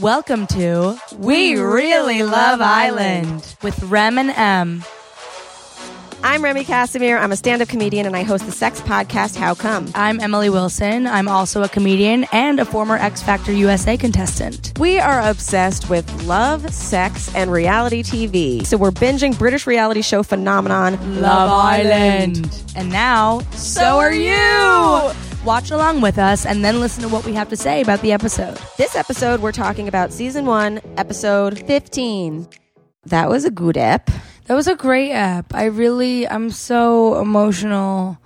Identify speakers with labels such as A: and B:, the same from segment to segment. A: Welcome to We Really Love Island with Rem and M.
B: I'm Remy Casimir. I'm a stand up comedian and I host the sex podcast, How Come?
A: I'm Emily Wilson. I'm also a comedian and a former X Factor USA contestant.
C: We are obsessed with love, sex, and reality TV.
B: So we're binging British reality show phenomenon,
A: And now, so are you! Watch along with us and then listen to what we have to say about the episode.
B: This episode, we're talking about season one, episode 15. That was a good ep.
A: That was a great app. I really, I'm so emotional.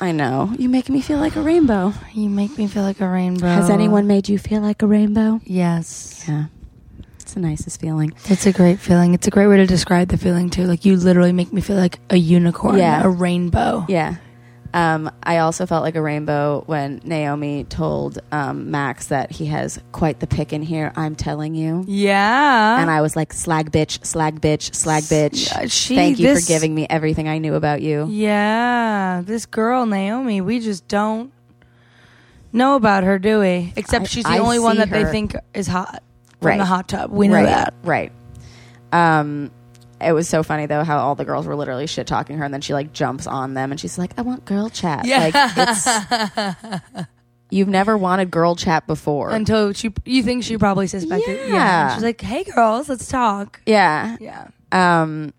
B: I know. You make me feel like a rainbow.
A: You make me feel like a rainbow.
B: Oh. Has anyone made you feel like a rainbow?
A: Yes.
B: Yeah. It's the nicest feeling.
A: It's a great feeling. It's a great way to describe the feeling too. Like you literally make me feel like a unicorn,
C: Yeah.
A: a rainbow.
C: Yeah. Um, I also felt like a rainbow when Naomi told um, Max that he has quite the pick in here, I'm telling you.
A: Yeah.
C: And I was like, slag bitch, slag bitch, slag bitch.
A: Uh, she-
C: Thank you
A: this-
C: for giving me everything I knew about you.
A: Yeah, this girl Naomi, we just don't know about her, do we? Except
C: I-
A: she's the
C: I
A: only one
C: see
A: that they
C: her.
A: think is hot from
C: Right.
A: the hot tub. We know
C: right.
A: that.
C: Right. Um, it was so funny though how all the girls were literally shit talking her, and then she like jumps on them and she's like, "I want girl chat."
A: Yeah.
C: Like it's you've never wanted girl chat before.
A: Until she, you think she probably suspected.
C: Yeah.
A: And She's like, "Hey, girls, let's talk."
C: yeah.
A: Yeah.
C: Um,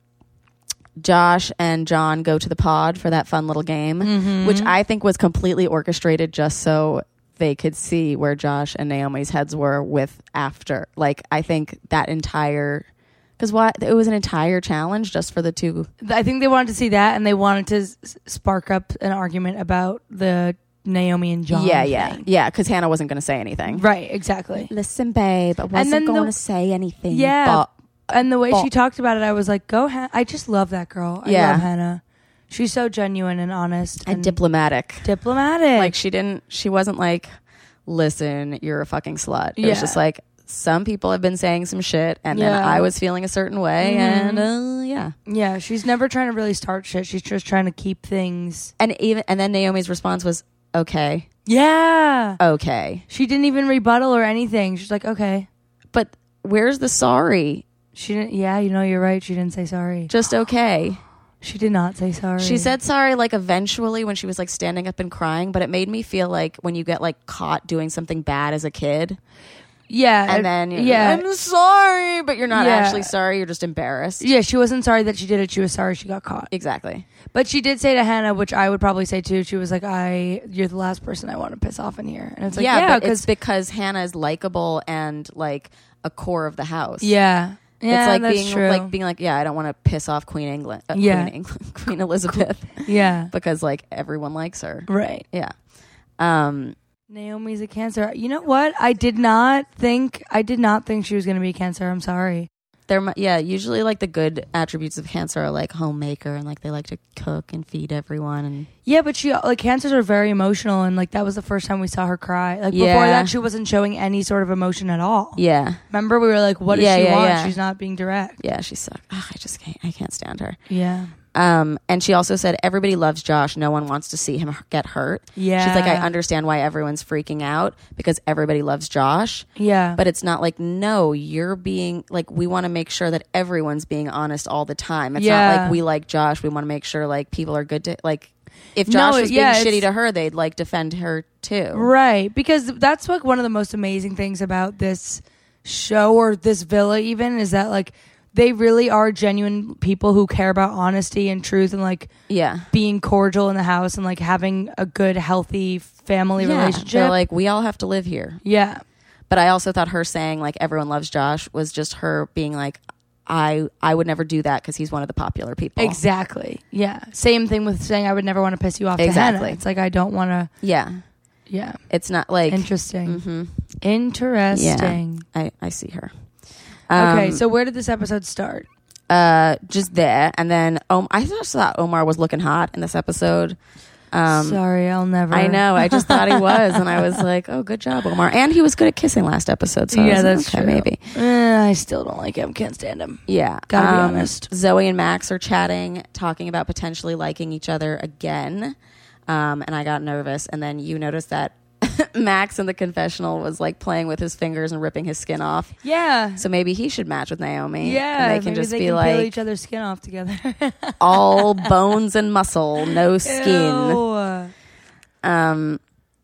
C: Josh and John go to the pod for that fun little game,
A: Mm-hmm.
C: which I think was completely orchestrated just so they could see where Josh and Naomi's heads were with after. Like I think that entire because why it was an entire challenge just for the two
A: Th- I think they wanted to see that, and they wanted to s- spark up an argument about the Naomi and John.
C: Yeah, yeah,
A: thing.
C: yeah. Because Hannah wasn't going to say anything.
A: Right. Exactly.
C: Listen, babe, I wasn't
A: then the-
C: going to say anything.
A: Yeah.
C: but-
A: and the way
C: But-
A: she talked about it, I was like, "Go, Han- I just love that girl. I
C: Yeah.
A: love Hannah. She's so genuine and honest
C: and diplomatic.
A: diplomatic.
C: Like she didn't. She wasn't like, listen, you're a fucking slut. It
A: Yeah.
C: was just like some people have been saying some shit, and then
A: Yeah. Mm-hmm.
C: I was feeling a certain way, and uh, yeah.
A: yeah, she's never trying to really start shit. She's just trying to keep things.
C: And even and then Naomi's response was, okay,
A: Yeah,
C: okay,
A: she didn't even rebuttal or anything. She's like, "Okay,
C: but where's the sorry?
A: she didn't." Yeah, you know, you're right. She didn't say sorry.
C: Just okay.
A: She did not say sorry.
C: She said sorry like eventually when she was like standing up and crying, but it made me feel like when you get like caught doing something bad as a kid
A: "Yeah,"
C: and then you're,
A: yeah.
C: I'm sorry, but you're not
A: Yeah.
C: actually sorry, you're just embarrassed.
A: yeah, she wasn't sorry that she did it. She was sorry she got caught.
C: Exactly.
A: But she did say to Hannah, which I would probably say too, she was like, "I, you're the last person I want to piss off in here." And it's like,
C: yeah,
A: yeah,
C: but it's
A: because
C: because Hannah is likable and like a core of the house.
A: yeah, yeah,
C: it's like
A: that's
C: being
A: true.
C: like being like, yeah, I don't want to piss off Queen England, uh,
A: Yeah.
C: Queen England, Queen Elizabeth,
A: yeah,
C: because like everyone likes her.
A: right.
C: Yeah. Um,
A: Naomi's a cancer. You know what? I did not think I did not think she was going to be a cancer. I'm sorry.
C: They're mu- yeah, usually like the good attributes of cancer are like homemaker and like they like to cook and feed everyone and
A: Yeah, but she like cancers are very emotional and like that was the first time we saw her cry. Like before
C: Yeah.
A: that she wasn't showing any sort of emotion at all.
C: yeah,
A: Remember we were like what does
C: Yeah,
A: she
C: yeah,
A: want?
C: yeah.
A: She's not being direct.
C: yeah, she sucks. Ugh, I just can't, I can't stand her.
A: Yeah.
C: Um, and she also said everybody loves Josh. No one wants to see him h- get hurt.
A: Yeah.
C: she's like, I understand why everyone's freaking out because everybody loves Josh.
A: Yeah.
C: But it's not like no, you're being like we want to make sure that everyone's being honest all the time. It's not
A: Yeah.
C: like we like Josh. We want to make sure like people are good to like. If Josh
A: No,
C: was
A: yeah,
C: being
A: it's-
C: shitty to her, they'd like defend her too.
A: Right, because that's like one of the most amazing things about this show or this villa even is that like they really are genuine people who care about honesty and truth and like
C: Yeah.
A: being cordial in the house and like having a good, healthy family
C: Yeah,
A: relationship.
C: They're like, we all have to live here.
A: yeah,
C: But I also thought her saying like everyone loves Josh was just her being like, I I would never do that because he's one of the popular people.
A: exactly. Yeah, same thing with saying I would never want to piss you off. To
C: Exactly.
A: Hannah. It's like I don't want to.
C: Yeah,
A: Yeah,
C: it's not like
A: interesting.
C: Mhm.
A: Interesting.
C: I I see her.
A: okay,
C: Um,
A: so where did this episode start?
C: uh, just there, and then um, I just thought Omar was looking hot in this episode. Um,
A: Sorry, I'll never.
C: I know. I just thought he was, and I was like, "Oh, good job, Omar." And he was good at kissing last episode. So I
A: Yeah,
C: was like,
A: that's
C: okay,
A: true.
C: Maybe.
A: Eh, I still don't like him. Can't stand him.
C: Yeah. um,
A: Gotta be honest.
C: Zoe and Max are chatting, talking about potentially liking each other again. Um, and I got nervous. And then you noticed that Max in the confessional was like playing with his fingers and ripping his skin off.
A: Yeah.
C: So maybe he should match with Naomi.
A: Yeah,
C: And they can
A: maybe
C: just
A: they
C: be
A: can peel
C: like
A: each other's skin off together.
C: all bones and muscle, no skin.
A: Ew.
C: Um,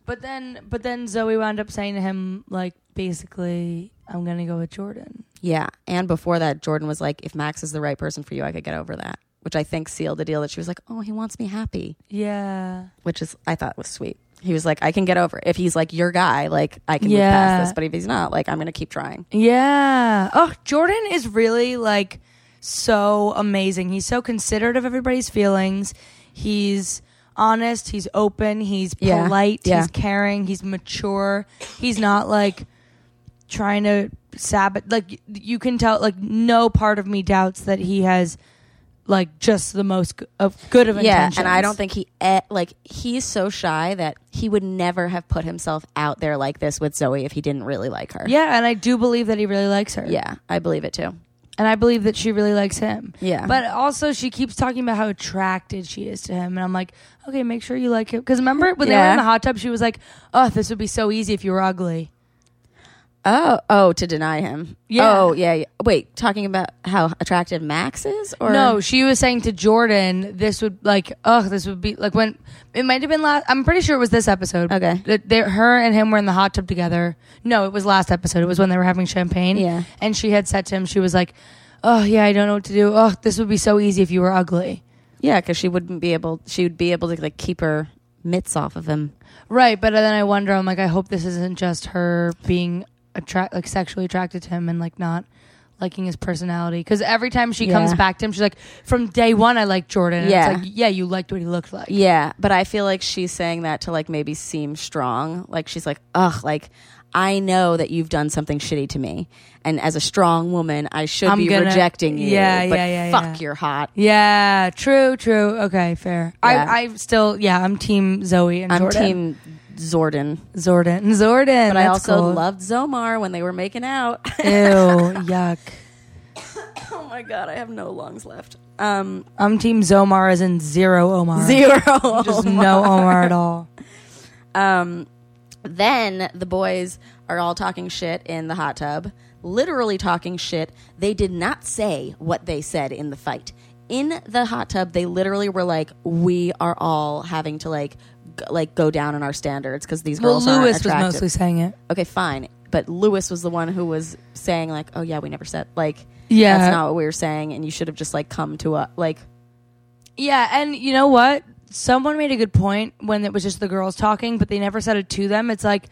A: But then, but then Zoe wound up saying to him, like, basically, I'm gonna go with Jordan.
C: yeah. And before that, Jordan was like, if Max is the right person for you, I could get over that, which I think sealed the deal that she was like, oh, he wants me happy,
A: Yeah.
C: which is, I thought was sweet. He was like, I can get over it. If he's like your guy, like I can move
A: Yeah.
C: past this. But if he's not, like I'm going to keep trying.
A: Yeah. Oh, Jordan is really like so amazing. He's so considerate of everybody's feelings. He's honest, he's open, he's
C: Yeah.
A: polite,
C: Yeah.
A: he's caring, he's mature. He's not like trying to sabotage like y- you can tell like no part of me doubts that he has like just the most g- of good of
C: yeah
A: intentions.
C: and i don't think he e- like he's so shy that he would never have put himself out there like this with zoe if he didn't really like her
A: Yeah, and I do believe that he really likes her.
C: yeah i believe it too
A: And I believe that she really likes him.
C: yeah
A: But also, she keeps talking about how attracted she is to him, and I'm like, okay, make sure you like him. Because remember when they were
C: Yeah.
A: in the hot tub, she was like, "Oh, this would be so easy if you were ugly."
C: oh oh to deny him
A: Yeah.
C: oh yeah, yeah wait talking about how attractive max is or
A: no, she was saying to Jordan, "This would like, oh, this would be like when it might have been last. I'm pretty sure it was this episode.
C: Okay.
A: that they, her and him were in the hot tub together. No, it was last episode. It was when they were having champagne.
C: Yeah.
A: and she had said to him, she was like, "Oh yeah, I don't know what to do. Oh, this would be so easy if you were ugly."
C: yeah because she wouldn't be able she would be able to like keep her mitts off of him
A: Right, but then I wonder. I'm like, I hope this isn't just her being attract, like sexually attracted to him, and like not liking his personality. Because every time she comes
C: Yeah.
A: back to him, she's like, from day one, I liked Jordan. And
C: Yeah.
A: it's like, yeah, you liked what he looked like.
C: yeah but i feel like she's saying that to like maybe seem strong like she's like ugh like I know that you've done something shitty to me, and as a strong woman, I should
A: I'm
C: be
A: gonna-
C: rejecting you.
A: Yeah,
C: but
A: yeah, yeah,
C: Fuck,
A: yeah.
C: you're hot.
A: Yeah, true, true. Okay, fair.
C: Yeah.
A: I, I still, yeah, I'm team Zoe and
C: I'm
A: Jordan.
C: team Zordon,
A: Zordon. Zordon.
C: but I also
A: cool.
C: loved Zomar when they were making out.
A: Ew, yuck.
C: oh my god, I have no lungs left. Um,
A: I'm team Zomar as in zero Omar.
C: zero.
A: Just no Omar at all.
C: Um, then the boys are all talking shit in the hot tub, literally talking shit. They did not say what they said in the fight. In the hot tub, they literally were like, "We are all having to like, g- like go down on our standards because these
A: Well,
C: girls aren't
A: Lewis was
C: attractive."
A: mostly saying it.
C: okay, fine. But Lewis was the one who was saying like, "Oh yeah, we never said like,
A: Yeah.
C: that's not what we were saying," and you should have just like come to a like,
A: Yeah, and you know what? Someone made a good point when it was just the girls talking, but they never said it to them. It's like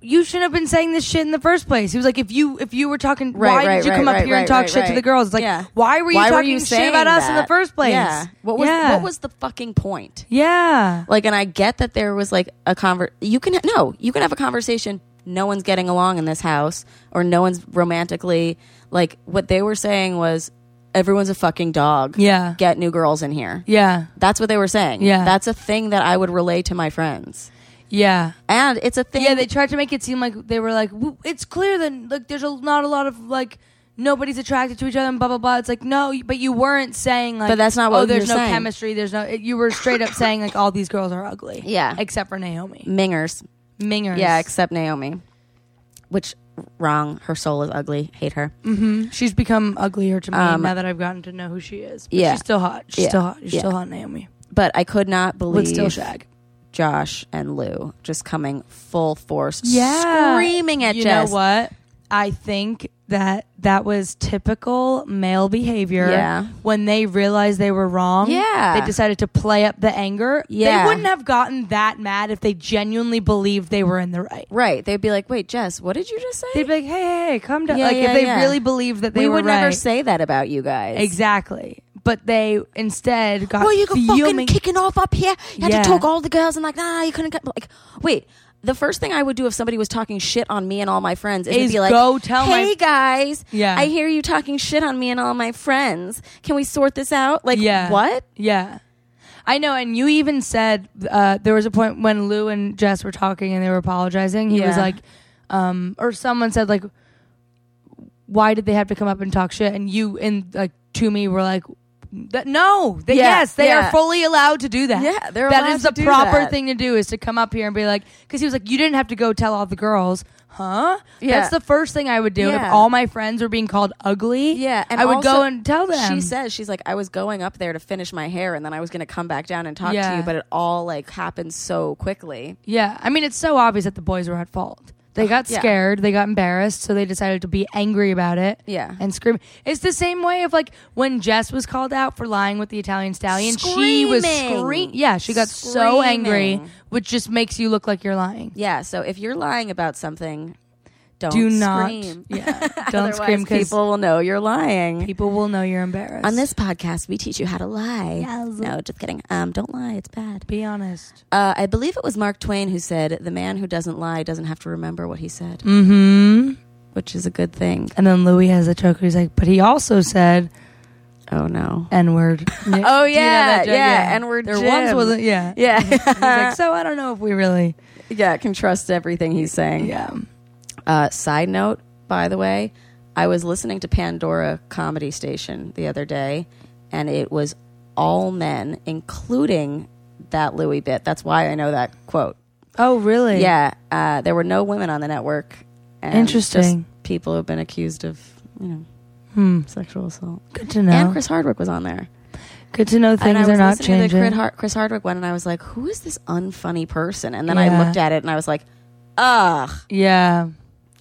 A: you shouldn't have been saying this shit in the first place. He was like, if you if you were talking,
C: Right,
A: why
C: right,
A: did you come
C: right,
A: up
C: right,
A: here and
C: right,
A: talk
C: right,
A: shit to
C: right.
A: the girls? It's like,
C: Yeah.
A: why were you
C: why were
A: talking
C: you
A: shit
C: saying
A: about us in the
C: that?
A: first place?
C: Yeah, what was
A: Yeah.
C: what was the fucking point?
A: Yeah,
C: Like, and I get that there was like a conver. You can no, you can have a conversation. No one's getting along in this house, or no one's romantically like. What they were saying was, everyone's a fucking dog.
A: yeah,
C: Get new girls in here.
A: yeah,
C: That's what they were saying.
A: Yeah.
C: that's a thing that I would relay to my friends,
A: yeah.
C: and it's a thing.
A: Yeah, they tried to make it seem like they were like, "W- it's clear that like there's a, not a lot of like nobody's attracted to each other and blah blah blah. It's like no, but you weren't saying like,
C: But that's not
A: oh,
C: what
A: there's
C: you're
A: no
C: saying.
A: chemistry. There's no. it- You were straight up saying like all these girls are ugly.
C: Yeah.
A: except for Naomi
C: mingers.
A: Mingers.
C: Yeah, except Naomi, which wrong. Her soul is ugly. Hate her.
A: Mhm. she's become uglier to me
C: Um,
A: now that I've gotten to know who she is. But
C: yeah.
A: she's still hot. She's
C: Yeah.
A: still hot. She's
C: Yeah.
A: still hot, Naomi.
C: But I could not
A: Would
C: believe
A: still shag.
C: Josh and Lou just coming full force,
A: Yeah.
C: screaming at
A: you
C: Jess.
A: know what? I think that that was typical male behavior.
C: Yeah.
A: When they realized they were wrong,
C: Yeah.
A: they decided to play up the anger.
C: Yeah.
A: They wouldn't have gotten that mad if they genuinely believed they were in the right.
C: Right. They'd be like, wait, Jess, what did you just say?
A: They'd be like, "Hey, hey, hey calm down."
C: Yeah,
A: like
C: yeah,
A: if they
C: yeah.
A: really believed that they
C: we
A: were
C: would
A: right.
C: never say that about you guys.
A: exactly. But they instead got
C: Well, you go fucking
A: fuming-
C: kicking off up here. You had
A: Yeah.
C: to talk all the girls and like, nah, you couldn't get. Like, wait. The first thing I would do if somebody was talking shit on me and all my friends is, to
A: Is
C: be like,
A: go tell my-
C: "Hey guys,
A: Yeah.
C: I hear you talking shit on me and all my friends. Can we sort this out?" Like,
A: Yeah.
C: what?
A: Yeah. I know, and you even said uh, there was a point when Lou and Jess were talking and they were apologizing. He was
C: Yeah.
A: like, um, or someone said like, why did they have to come up and talk shit? And you and like to me were like, That, no. That,
C: Yeah,
A: yes, they
C: yeah.
A: are fully allowed to do that.
C: Yeah, they're
A: That
C: allowed
A: is
C: to
A: the
C: do
A: proper
C: that.
A: thing to do is to come up here and be like, because he was like, you didn't have to go tell all the girls, huh?
C: Yeah.
A: That's the first thing I would do. And
C: Yeah.
A: if all my friends were being called ugly,
C: Yeah, and
A: I would
C: also,
A: go and tell them.
C: She says she's like, I was going up there to finish my hair, and then I was going to come back down and talk to
A: Yeah.
C: you, but it all like happened so quickly.
A: Yeah, I mean, it's so obvious that the boys were at fault. They got
C: Yeah.
A: scared, they got embarrassed, so they decided to be angry about it.
C: Yeah.
A: and scream. It's the same way of like when Jess was called out for lying with the Italian stallion. She was
C: Screaming.
A: scream. Yeah, she got so angry,
C: Screaming.
A: which just makes you look like you're lying.
C: Yeah, so if you're lying about something, don't
A: Do not.
C: scream.
A: Yeah, don't
C: Otherwise,
A: scream because people,
C: people will know you're lying.
A: will know you're embarrassed.
C: On this podcast, we teach you how to lie.
A: Yes.
C: No, just kidding. Um, don't lie; it's bad.
A: be honest.
C: Uh, I believe it was Mark Twain who said, "The man who doesn't lie doesn't have to remember what he said,"
A: Mm-hmm.
C: which is a good thing.
A: And then Louis has a joke. Where he's like, but he also said
C: Oh no.
A: N word.
C: Oh, yeah, yeah, N-word
A: There
C: Jim.
A: once wasn't. Yeah,
C: Yeah,
A: He's like, so I don't know if we really.
C: yeah. I Can trust everything he's saying.
A: Yeah.
C: Uh, side note, by the way, I was listening to Pandora Comedy Station the other day, and it was all men, including that Louis bit. That's why I know that quote.
A: Oh, really?
C: Yeah, uh, there were no women on the network. And
A: Interesting.
C: just people who've been accused of, you know,
A: Hmm.
C: sexual assault.
A: Good to know.
C: And Chris Hardwick was on there.
A: Good to know
C: and I
A: things
C: was
A: are not
C: listening to
A: changing.
C: the Chris Har- Chris Hardwick one, and I was like, "Who is this unfunny person?" And then I
A: Yeah.
C: looked at it, and I was like, "Ugh,
A: yeah.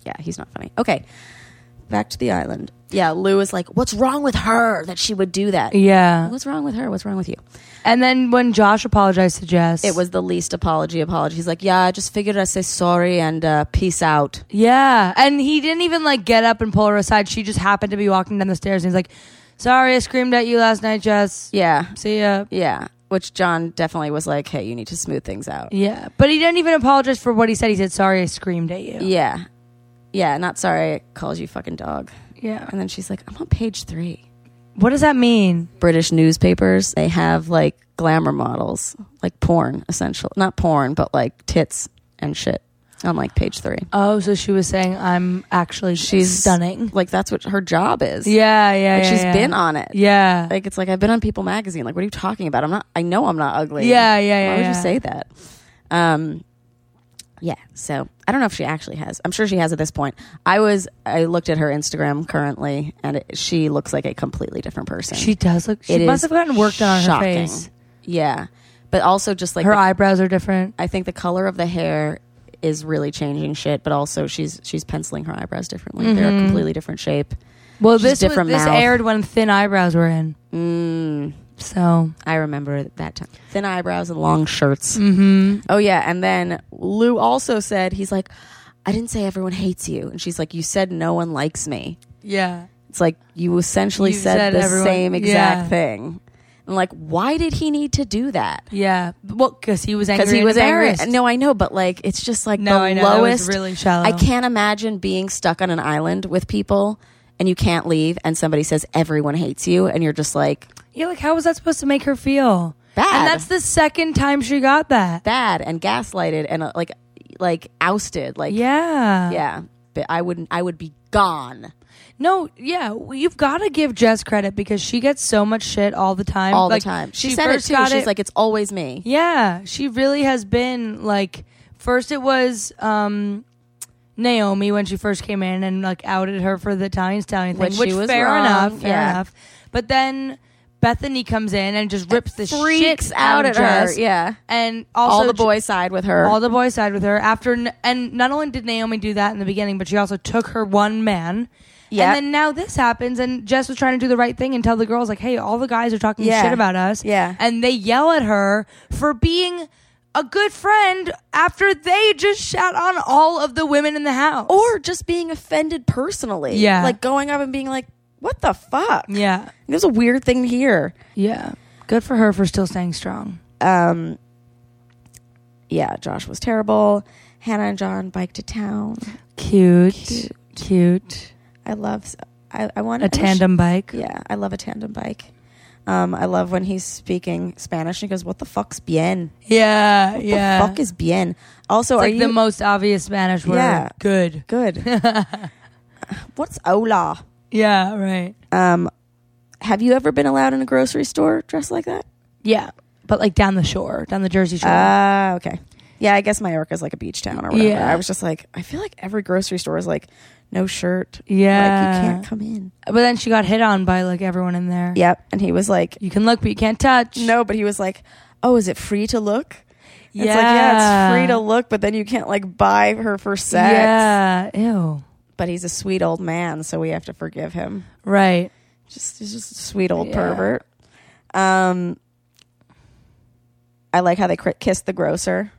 C: yeah, he's not funny." Okay, back to the island. Yeah, Lou is like, "What's wrong with her that she would do that?"
A: Yeah.
C: What's wrong with her? What's wrong with you?
A: And then when Josh apologized to Jess,
C: It was the least apology apology. He's like, "Yeah, I just figured I'd say sorry and uh, peace out."
A: Yeah. And he didn't even like get up and pull her aside. She just happened to be walking down the stairs and he's like, Sorry, I screamed at you last night, Jess.
C: Yeah,
A: See ya.
C: yeah. Which John definitely was like, "Hey, you need to smooth things out."
A: Yeah. But he didn't even apologize for what he said. He said, Sorry, I screamed at you.
C: Yeah, yeah. Not sorry. I called you fucking dog.
A: Yeah.
C: And then she's like, "I'm on page three.
A: What does that mean?
C: British newspapers, they have like glamour models, like porn, essential. Not porn, but like tits and shit on like page three.
A: Oh, so she was saying, I'm actually
C: She's-
A: she's stunning.
C: Like that's what her job is.
A: Yeah, yeah.
C: Like
A: yeah,
C: she's
A: yeah.
C: been on it.
A: Yeah.
C: Like it's like I've been on People magazine. Like what are you talking about? I'm not. I know I'm not ugly.
A: Yeah, yeah,
C: Why
A: yeah,
C: would
A: yeah.
C: you say that? Um, yeah. So I don't know if she actually has. I'm sure she has at this point. I was. I looked at her Instagram currently, and it, she looks like a completely different person.
A: She does look. She
C: It
A: must have
C: is
A: gotten work done on
C: shocking.
A: her face.
C: Yeah, but also just like
A: her
C: the-
A: eyebrows are different.
C: I think the color of the hair is really changing shit, but also she's she's penciling her eyebrows differently. They're
A: Mm-hmm.
C: a completely different shape.
A: Well,
C: She's
A: this was,
C: different
A: this
C: mouth.
A: aired when thin eyebrows were in.
C: Mm,
A: So
C: I remember that time. Thin eyebrows and long shirts. Mm-hmm. Oh yeah, and then Lou also said he's like, I didn't say everyone hates you, and she's like, you said no one likes me.
A: yeah,
C: It's like you essentially
A: You
C: said,
A: said
C: the
A: everyone-
C: same exact
A: yeah.
C: thing. And like, why did he need to do that?
A: yeah. Well, because he was angry.
C: Because he
A: and
C: was angry.
A: embarrassed.
C: No, I know, but like, it's just like
A: no,
C: the
A: I know that
C: lowest.
A: was really shallow.
C: I can't imagine being stuck on an island with people and you can't leave and somebody says everyone hates you and you're just like
A: Yeah, like how was that supposed to make her feel?
C: bad
A: And that's the second time she got that.
C: bad and gaslighted and uh, like like ousted like
A: Yeah.
C: yeah but I wouldn't I would be gone
A: No, yeah, well, you've got to give Jess credit because she gets so much shit all the time.
C: all
A: Like,
C: the time. She, said it
A: first
C: too.
A: got
C: She's like it's always me.
A: Yeah, she really has been like first it was um Naomi when she first came in and like outed her for the Italian stallion thing,
C: Which she
A: which,
C: was
A: fair
C: wrong,
A: enough, fair
C: yeah.
A: enough. But then Bethany comes in and just rips the
C: Freaks
A: shit
C: out
A: of
C: at her.
A: Jess.
C: Yeah.
A: And also
C: all the
A: j-
C: boys side with her.
A: all the boys side with her after n- and not only did Naomi do that in the beginning, but she also took her one man.
C: Yeah.
A: And then now this happens, and Jess was trying to do the right thing and tell the girls, like, hey, all the guys are talking
C: Yeah.
A: shit about us.
C: Yeah.
A: And they yell at her for being a good friend after they just shat on all of the women in the house.
C: or just being offended personally.
A: Yeah.
C: Like going up and being like, what the fuck?
A: Yeah.
C: There's a weird thing here.
A: Yeah. Good for her for still staying strong.
C: um yeah josh was terrible hannah and john bike to town
A: Cute. Cute.
C: i love i, I want
A: A tandem bike.
C: yeah i love a tandem bike um i love when he's speaking spanish and he goes what the fuck's bien
A: Yeah.
C: what
A: yeah.
C: the fuck is bien also
A: It's
C: are
A: like
C: you
A: the most obvious Spanish word.
C: Yeah.
A: Good.
C: good what's hola
A: Yeah, right.
C: um Have you ever been allowed in a grocery store dressed like that?
A: Yeah, but like down the shore, down the Jersey Shore.
C: Ah, okay. Yeah, I guess Mallorca's like a beach town or whatever.
A: Yeah.
C: I was just like, I feel like every grocery store is like, no shirt.
A: yeah,
C: Like, you can't come in.
A: But then she got hit on by like everyone in there.
C: Yep. And he was like,
A: you can look, but you can't touch.
C: no, but he was like, oh, is it free to look?
A: yeah,
C: It's like, yeah, it's free to look, but then you can't like buy her for sex.
A: Yeah, ew.
C: But he's a sweet old man, so we have to forgive him.
A: Right.
C: Just he's just a sweet old
A: Yeah.
C: pervert. Um I like how they cri- kissed the grocer.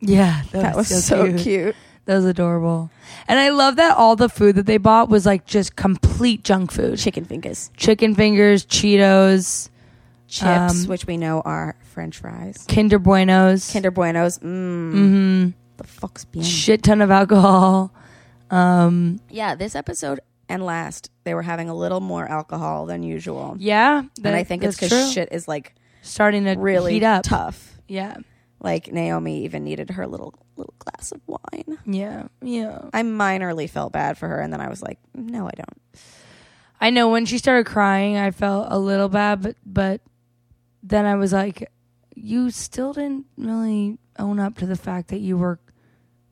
A: Yeah,
C: That was Oh, so cute.
A: That was adorable. And I love that all the food that they bought was like just complete junk food.
C: Chicken fingers,
A: Chicken fingers, Cheetos,
C: chips,
A: Um,
C: which we know are French fries,
A: Kinder Buenos,
C: Kinder Buenos. Mm,
A: hmm
C: The fuck's being
A: shit ton of alcohol. Um,
C: yeah. This episode and last, they were having a little more alcohol than usual,
A: yeah, that-
C: and I think it's
A: that's
C: because
A: true.
C: shit is like
A: starting to
C: really
A: heat up.
C: tough.
A: Yeah,
C: Like Naomi even needed her little little glass of wine.
A: yeah, yeah.
C: I minorly felt bad for her, and then I was like, no, I don't.
A: I know when she started crying, I felt a little bad, but but then I was like, you still didn't really own up to the fact that you were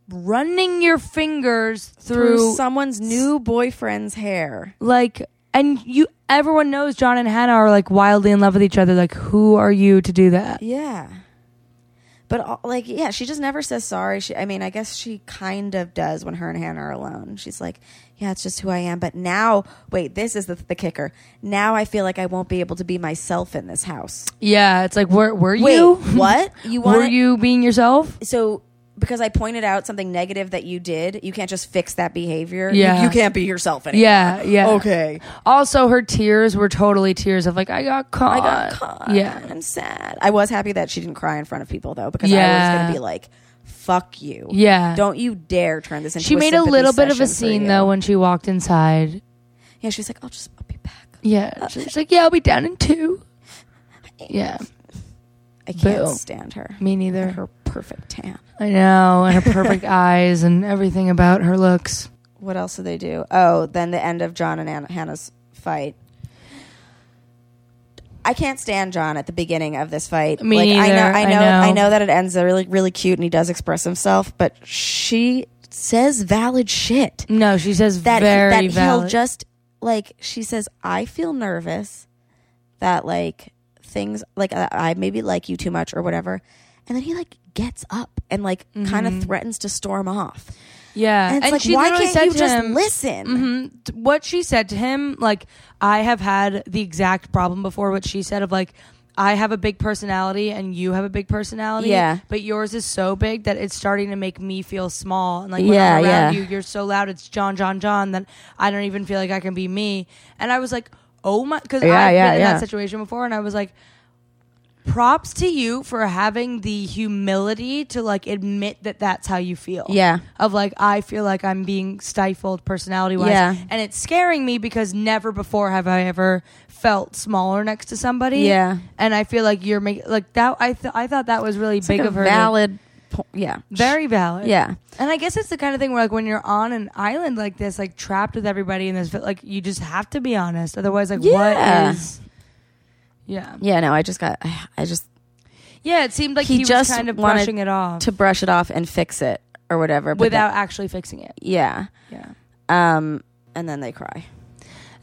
A: running your fingers
C: Through,
A: through,
C: someone's new boyfriend's hair.
A: like, and you. Everyone knows John and Hannah are like wildly in love with each other. Like, who are you to do that?
C: Yeah. But all- like, yeah, she just never says sorry. She, I mean, I guess she kind of does when her and Hannah are alone. She's like, yeah, it's just who I am. But now, wait, this is the, the kicker. Now I feel like I won't be able to be myself in this house.
A: Yeah, it's like, were were
C: Wait,
A: you?
C: what? You want
A: were you being yourself?
C: so because I pointed out something negative that you did, you can't just fix that behavior. You-
A: Yeah.
C: you, can't be yourself anymore.
A: Yeah, yeah.
C: Okay.
A: Also, her tears were totally tears of like, I got caught.
C: I got caught.
A: Yeah.
C: I'm sad. I was happy that she didn't cry in front of people though, because I was
A: Yeah.
C: gonna be like, "Fuck you."
A: Yeah.
C: Don't you dare turn this into.
A: She made a
C: sympathy
A: little bit of a
C: session for
A: scene
C: you.
A: though when she walked inside.
C: Yeah, she was like, "I'll just, I'll be back."
A: Yeah, she's like, yeah, I'll be down in two. Yeah,
C: I can't
A: Boo.
C: stand her.
A: me neither.
C: Her perfect tan.
A: I know, and her perfect eyes and everything about her looks.
C: What else do they do? Oh, then the end of John and Anna, Hannah's fight. I can't stand John at the beginning of this fight.
A: Me
C: like I
A: neither.
C: know I
A: I
C: know
A: know.
C: I know that it ends really really cute and he does express himself, but she says valid shit.
A: No, she says
C: That
A: very
C: that he'll
A: valid.
C: just like she says I feel nervous that like things like I, I maybe like you too much or whatever. And then he like gets up and like kind of threatens to storm off.
A: Mm-hmm. yeah,
C: And it's like,
A: she
C: why
A: literally
C: can't
A: said
C: you
A: to
C: just
A: him,
C: listen?
A: Mhm. T- What she said to him, like, I have had the exact problem before. What she said of like, I have a big personality and you have a big personality.
C: Yeah.
A: But yours is so big that it's starting to make me feel small. And like,
C: Yeah,
A: yeah, when I'm around
C: yeah.
A: you, you're so loud. It's John, John, John. That I don't even feel like I can be me. And I was like, oh my, because
C: Yeah,
A: I've
C: yeah,
A: been in
C: yeah.
A: that situation before, and I was like. Props to you for having the humility to like admit that that's how you feel
C: Yeah.
A: of like I feel like I'm being stifled personality wise,
C: Yeah.
A: and it's scaring me because never before have I ever felt smaller next to somebody.
C: Yeah.
A: and I feel like you're making like that. I th- I thought that was really big
C: like a
A: of her. to-
C: valid po- yeah
A: very valid.
C: yeah
A: and I guess it's the kind of thing where like when you're on an island like this, like trapped with everybody in this, like you just have to be honest. Otherwise, like
C: Yeah.
A: what is? Yeah,
C: yeah no i just got i I just
A: yeah. It seemed like
C: He
A: he,
C: just
A: was kind of
C: wanted
A: brushing it off
C: to brush it off and fix it or whatever but
A: without
C: that-
A: actually fixing it.
C: yeah
A: Yeah.
C: um and then they cry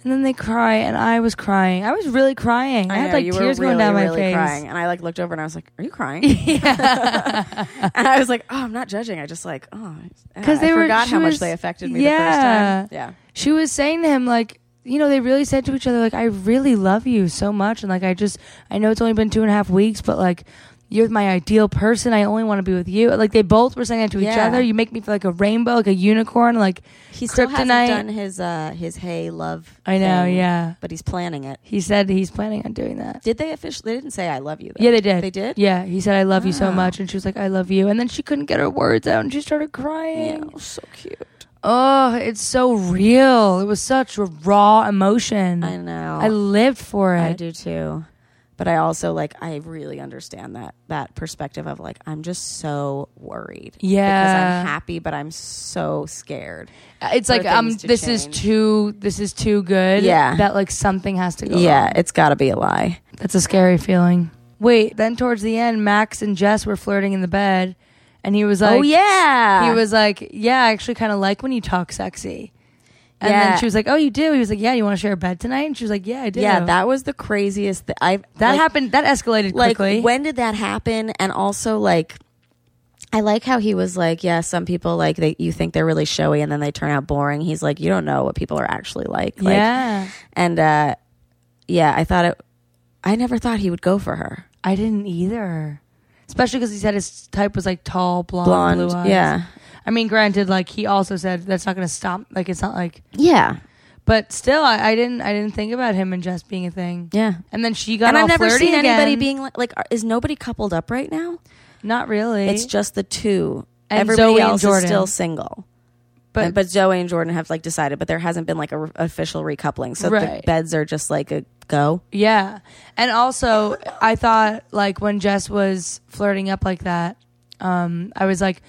A: And then they cry, and I was crying. I was really crying. I, had
C: know,
A: like
C: you were
A: tears going
C: really,
A: down my
C: really
A: face.
C: crying and i like looked over and i was like are you crying and i was like oh i'm not judging i just like oh because
A: 'Cause they
C: I
A: were-
C: forgot
A: she
C: how much
A: was-
C: they affected me
A: Yeah.
C: the first time
A: She was saying to him, like, you know, they really said to each other, like, I really love you so much. And like, I just, I know it's only been two and a half weeks, but like, you're my ideal person. I only want to be with you. Like, they both were saying that to each
C: Yeah.
A: other. You make me feel like a rainbow, like a unicorn. Like,
C: he
A: still hasn't Kryptonite. done
C: his uh his hey love
A: I know, yeah.
C: but he's planning it
A: He said he's planning on doing that.
C: did they officially they didn't say i love you though.
A: Yeah, they did.
C: they did
A: Yeah, he said, I love you so
C: Wow.
A: much. And she was like, I love you. And then she couldn't get her words out and she started crying.
C: yeah so cute
A: Oh, it's so real. It was such raw emotion.
C: I know.
A: I lived for Mm. it.
C: I do too. But I also like I really understand that that perspective of like I'm just so worried. Because
A: Yeah.
C: I'm happy, but I'm so scared.
A: It's like
C: things
A: um,
C: to
A: this is
C: change.
A: too this is too good.
C: Yeah.
A: that like something has to go.
C: Yeah,
A: wrong.
C: it's gotta be a lie.
A: that's a scary feeling. Wait, then towards the end, Max and Jess were flirting in the bed, and he was like,
C: oh yeah.
A: he was like, yeah, I actually kind of like when you talk sexy." And
C: Yeah.
A: then she was like, "Oh, you do?" He was like, "Yeah, you want to share a bed tonight?" And she was like, "Yeah, I do."
C: Yeah, that was the craziest thing. I
A: that
C: like,
A: happened. That escalated
C: like
A: quickly.
C: when did that happen and also like i like how he was like yeah some people like they you think they're really showy and then they turn out boring he's like you don't know what people are actually like like
A: yeah,
C: and uh yeah i thought it i never thought he would go for her
A: I didn't either. Especially because he said his type was like tall, blonde,
C: blonde
A: blue eyes.
C: yeah
A: I mean, granted, like he also said that's not going to stop. Like it's not like,
C: yeah
A: but still, I, I didn't. I didn't think about him and Jess being a thing.
C: yeah
A: And then she got
C: and
A: all
C: i've never
A: flirty
C: seen
A: again.
C: anybody being like, like are- is nobody coupled up right now
A: not really.
C: it's just the two
A: And
C: everybody
A: Zoe and
C: else
A: Jordan.
C: is still single
A: but,
C: but, but Zoe and Jordan have like decided, but there hasn't been like a re- official recoupling, so
A: Right.
C: the beds are just like a go.
A: yeah. And also, I thought like when Jess was flirting up like that, um, I was like,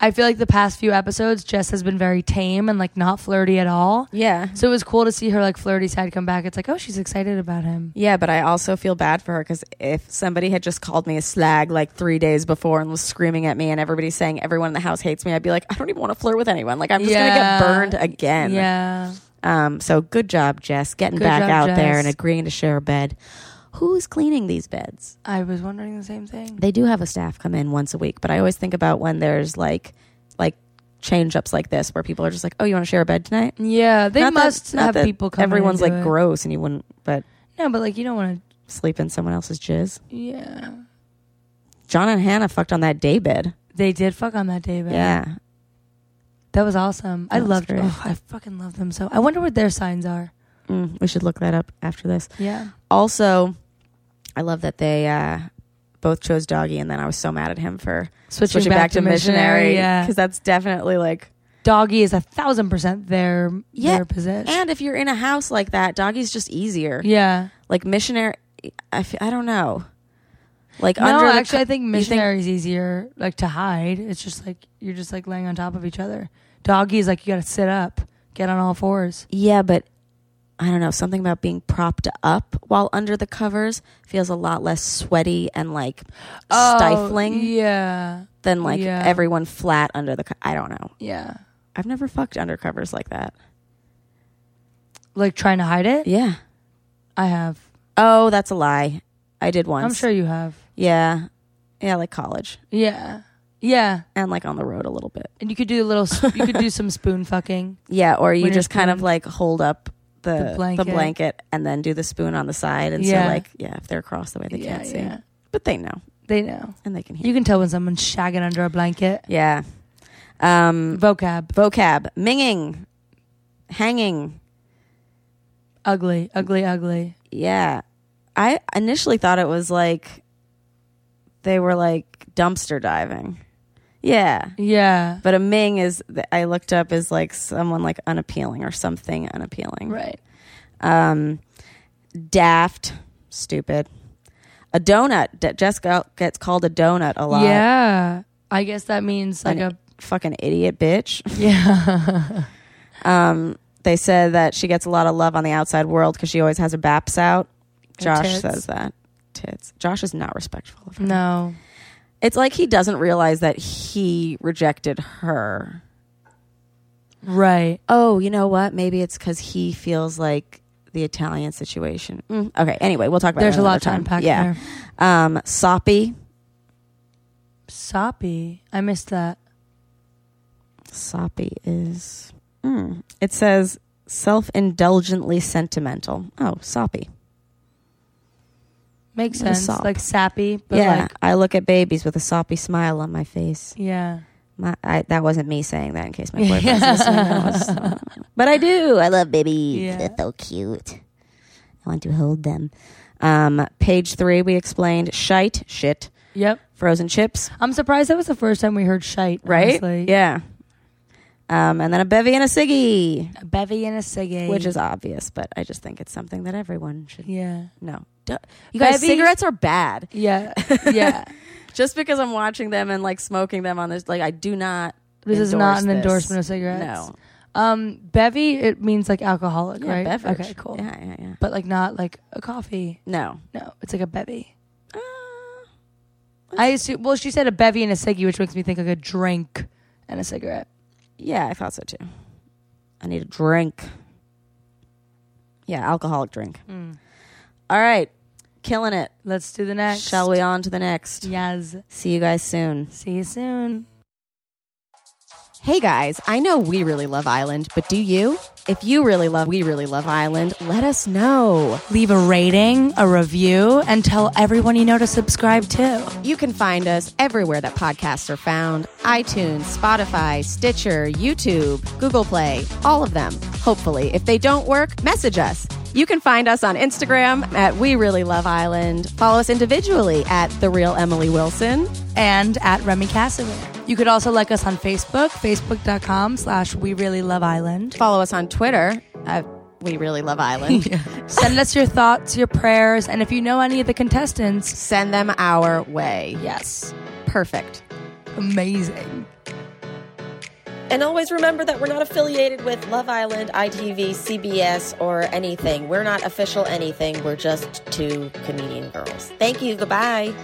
A: I feel like the past few episodes, Jess has been very tame and like not flirty at all.
C: Yeah,
A: So it was cool to see her like flirty side come back. It's like, oh, she's excited about him.
C: yeah, but I also feel bad for her because if somebody had just called me a slag like three days before and was screaming at me, and everybody's saying everyone in the house hates me, I'd be like, I don't even want to flirt with anyone. Like I'm just
A: Yeah.
C: gonna get burned again.
A: yeah.
C: Um. So good job, Jess, getting
A: Good
C: back
A: job,
C: out there
A: Jess.
C: and agreeing to share a bed. Who's cleaning these beds?
A: I was wondering the same thing.
C: They do have a staff come in once a week, but I always think about when there's like, like change ups like this where people are just like, oh, you want to share a bed tonight?
A: Yeah, they
C: Not that-
A: must
C: not
A: have
C: that
A: people come. in and
C: Everyone's
A: do
C: like
A: it.
C: gross, and you wouldn't, but
A: No, but like you don't want
C: sleep in someone else's jizz.
A: to. Yeah,
C: John and Hannah fucked on that day bed.
A: they did fuck on that day, but
C: Yeah,
A: that was awesome. I
C: That was
A: loved.
C: great.
A: Oh, I fucking love them so. I wonder what their signs are.
C: Mm, we should look that up after this.
A: Yeah,
C: Also, I love that they uh, both chose doggy, and then I was so mad at him for
A: switching,
C: switching back, to missionary because
A: Yeah,
C: that's definitely like.
A: doggy is a thousand percent their
C: Yeah,
A: their position.
C: And if you're in a house like that, doggy's just easier.
A: yeah,
C: Like missionary, I, f- I don't know. Like
A: no,
C: under the
A: actually, I think
C: you think-
A: missionary is easier like to hide. It's just like you're just like laying on top of each other. Doggy is like you got to sit up, get on all fours.
C: Yeah, but I don't know. Something about being propped up while under the covers feels a lot less sweaty and like Oh, stifling
A: Yeah,
C: than like
A: Oh, yeah.
C: everyone flat under the. Co- I don't know.
A: yeah,
C: I've never fucked under covers like that.
A: like trying to hide it.
C: Yeah.
A: I have.
C: Oh, that's a lie. I did once.
A: I'm sure you have.
C: Yeah. Yeah, like college
A: Yeah. Yeah.
C: and like on the road a little bit.
A: And you could do a little, sp- you could do some spoon fucking.
C: Yeah, or you
A: When you're
C: just kind of
A: spoon-
C: like hold up the
A: The
C: the
A: blanket.
C: blanket. and then do the spoon on the side, and
A: Yeah.
C: so like yeah, if they're across the way they
A: yeah,
C: can't see,
A: yeah.
C: but they know
A: They know.
C: and they can hear.
A: You can tell when someone's shagging under a blanket.
C: yeah. Um,
A: Vocab.
C: vocab minging hanging
A: Ugly, ugly, ugly.
C: yeah i initially thought it was like they were like dumpster diving yeah
A: Yeah.
C: but a ming is i looked up is like someone like unappealing or something unappealing
A: Right.
C: um daft stupid a donut D- jessica gets called a donut a lot
A: Yeah. I guess that means like
C: An-
A: a,
C: fucking idiot bitch
A: yeah.
C: Um, they said that she gets a lot of love on the outside world because she always has her baps out.
A: Her
C: Josh
A: tits.
C: says that. Tits. Josh is not respectful of her.
A: no.
C: It's like he doesn't realize that he rejected her.
A: Right.
C: Oh, you know what? Maybe it's because he feels like the Italian situation. Mm, okay. Anyway, we'll talk about
A: There's
C: it
A: a
C: another
A: lot to
C: time.
A: unpack
C: yeah.
A: there.
C: Um, soppy.
A: Soppy. I missed that.
C: Soppy is. Mm, it says self indulgently sentimental. Oh, soppy.
A: Makes
C: What a
A: sense.
C: sop.
A: Like sappy, but
C: yeah.
A: like,
C: I look at babies with a soppy smile on my face.
A: yeah.
C: My, I, that wasn't me saying that in case my boyfriend's listening. That was- but I do. I love babies.
A: Yeah.
C: They're so cute. I want to hold them. Um, page three, we explained shite, shit,
A: Yep.
C: frozen chips,
A: I'm surprised that was the first time we heard shite.
C: right?
A: honestly.
C: Yeah. Um, and then a bevy and a ciggy,
A: A bevy and a ciggy.
C: which is obvious, but I just think it's something that everyone should
A: Yeah.
C: know. don't- you guys,
A: Bevy-
C: cigarettes are bad.
A: Yeah, yeah.
C: Just because I'm watching them and like smoking them on this, like I do not.
A: This is not
C: endorse
A: an
C: this.
A: endorsement of cigarettes.
C: No,
A: Um, bevy it means like alcoholic,
C: yeah,
A: right?
C: beverage.
A: Okay, cool.
C: Yeah, yeah, yeah.
A: But like not like a coffee.
C: No.
A: No, it's like a bevy.
C: Uh,
A: I assume. Well, she said a bevy and a ciggy, which makes me think like a drink and a cigarette.
C: yeah, I thought so too. I need a drink. Yeah, alcoholic drink. All right, killing it.
A: Let's do the next.
C: Shall we on to the next?
A: Yes.
C: See you guys soon.
A: See you soon.
C: Hey guys, I know we really love Island, but do you? If you really love We Really Love Island, let us know.
A: Leave a rating, a review, and tell everyone you know to subscribe too.
C: You can find us everywhere that podcasts are found iTunes, Spotify, Stitcher, YouTube, Google Play, all of them. Hopefully, if they don't work, message us. You can find us on Instagram at We Really Love Island. Follow us individually at The Real Emily Wilson.
A: And at Remy Cassidy. You could also like us on Facebook, facebook.com slash we really love island.
C: Follow us on Twitter at We Really Love Island.
A: Send us your thoughts, your prayers, and if you know any of the contestants,
C: Send them our way.
A: yes.
C: Perfect.
A: Amazing.
D: And always remember that we're not affiliated with Love Island, ITV, CBS, or anything. We're not official anything. We're just two comedian girls. Thank you. Goodbye.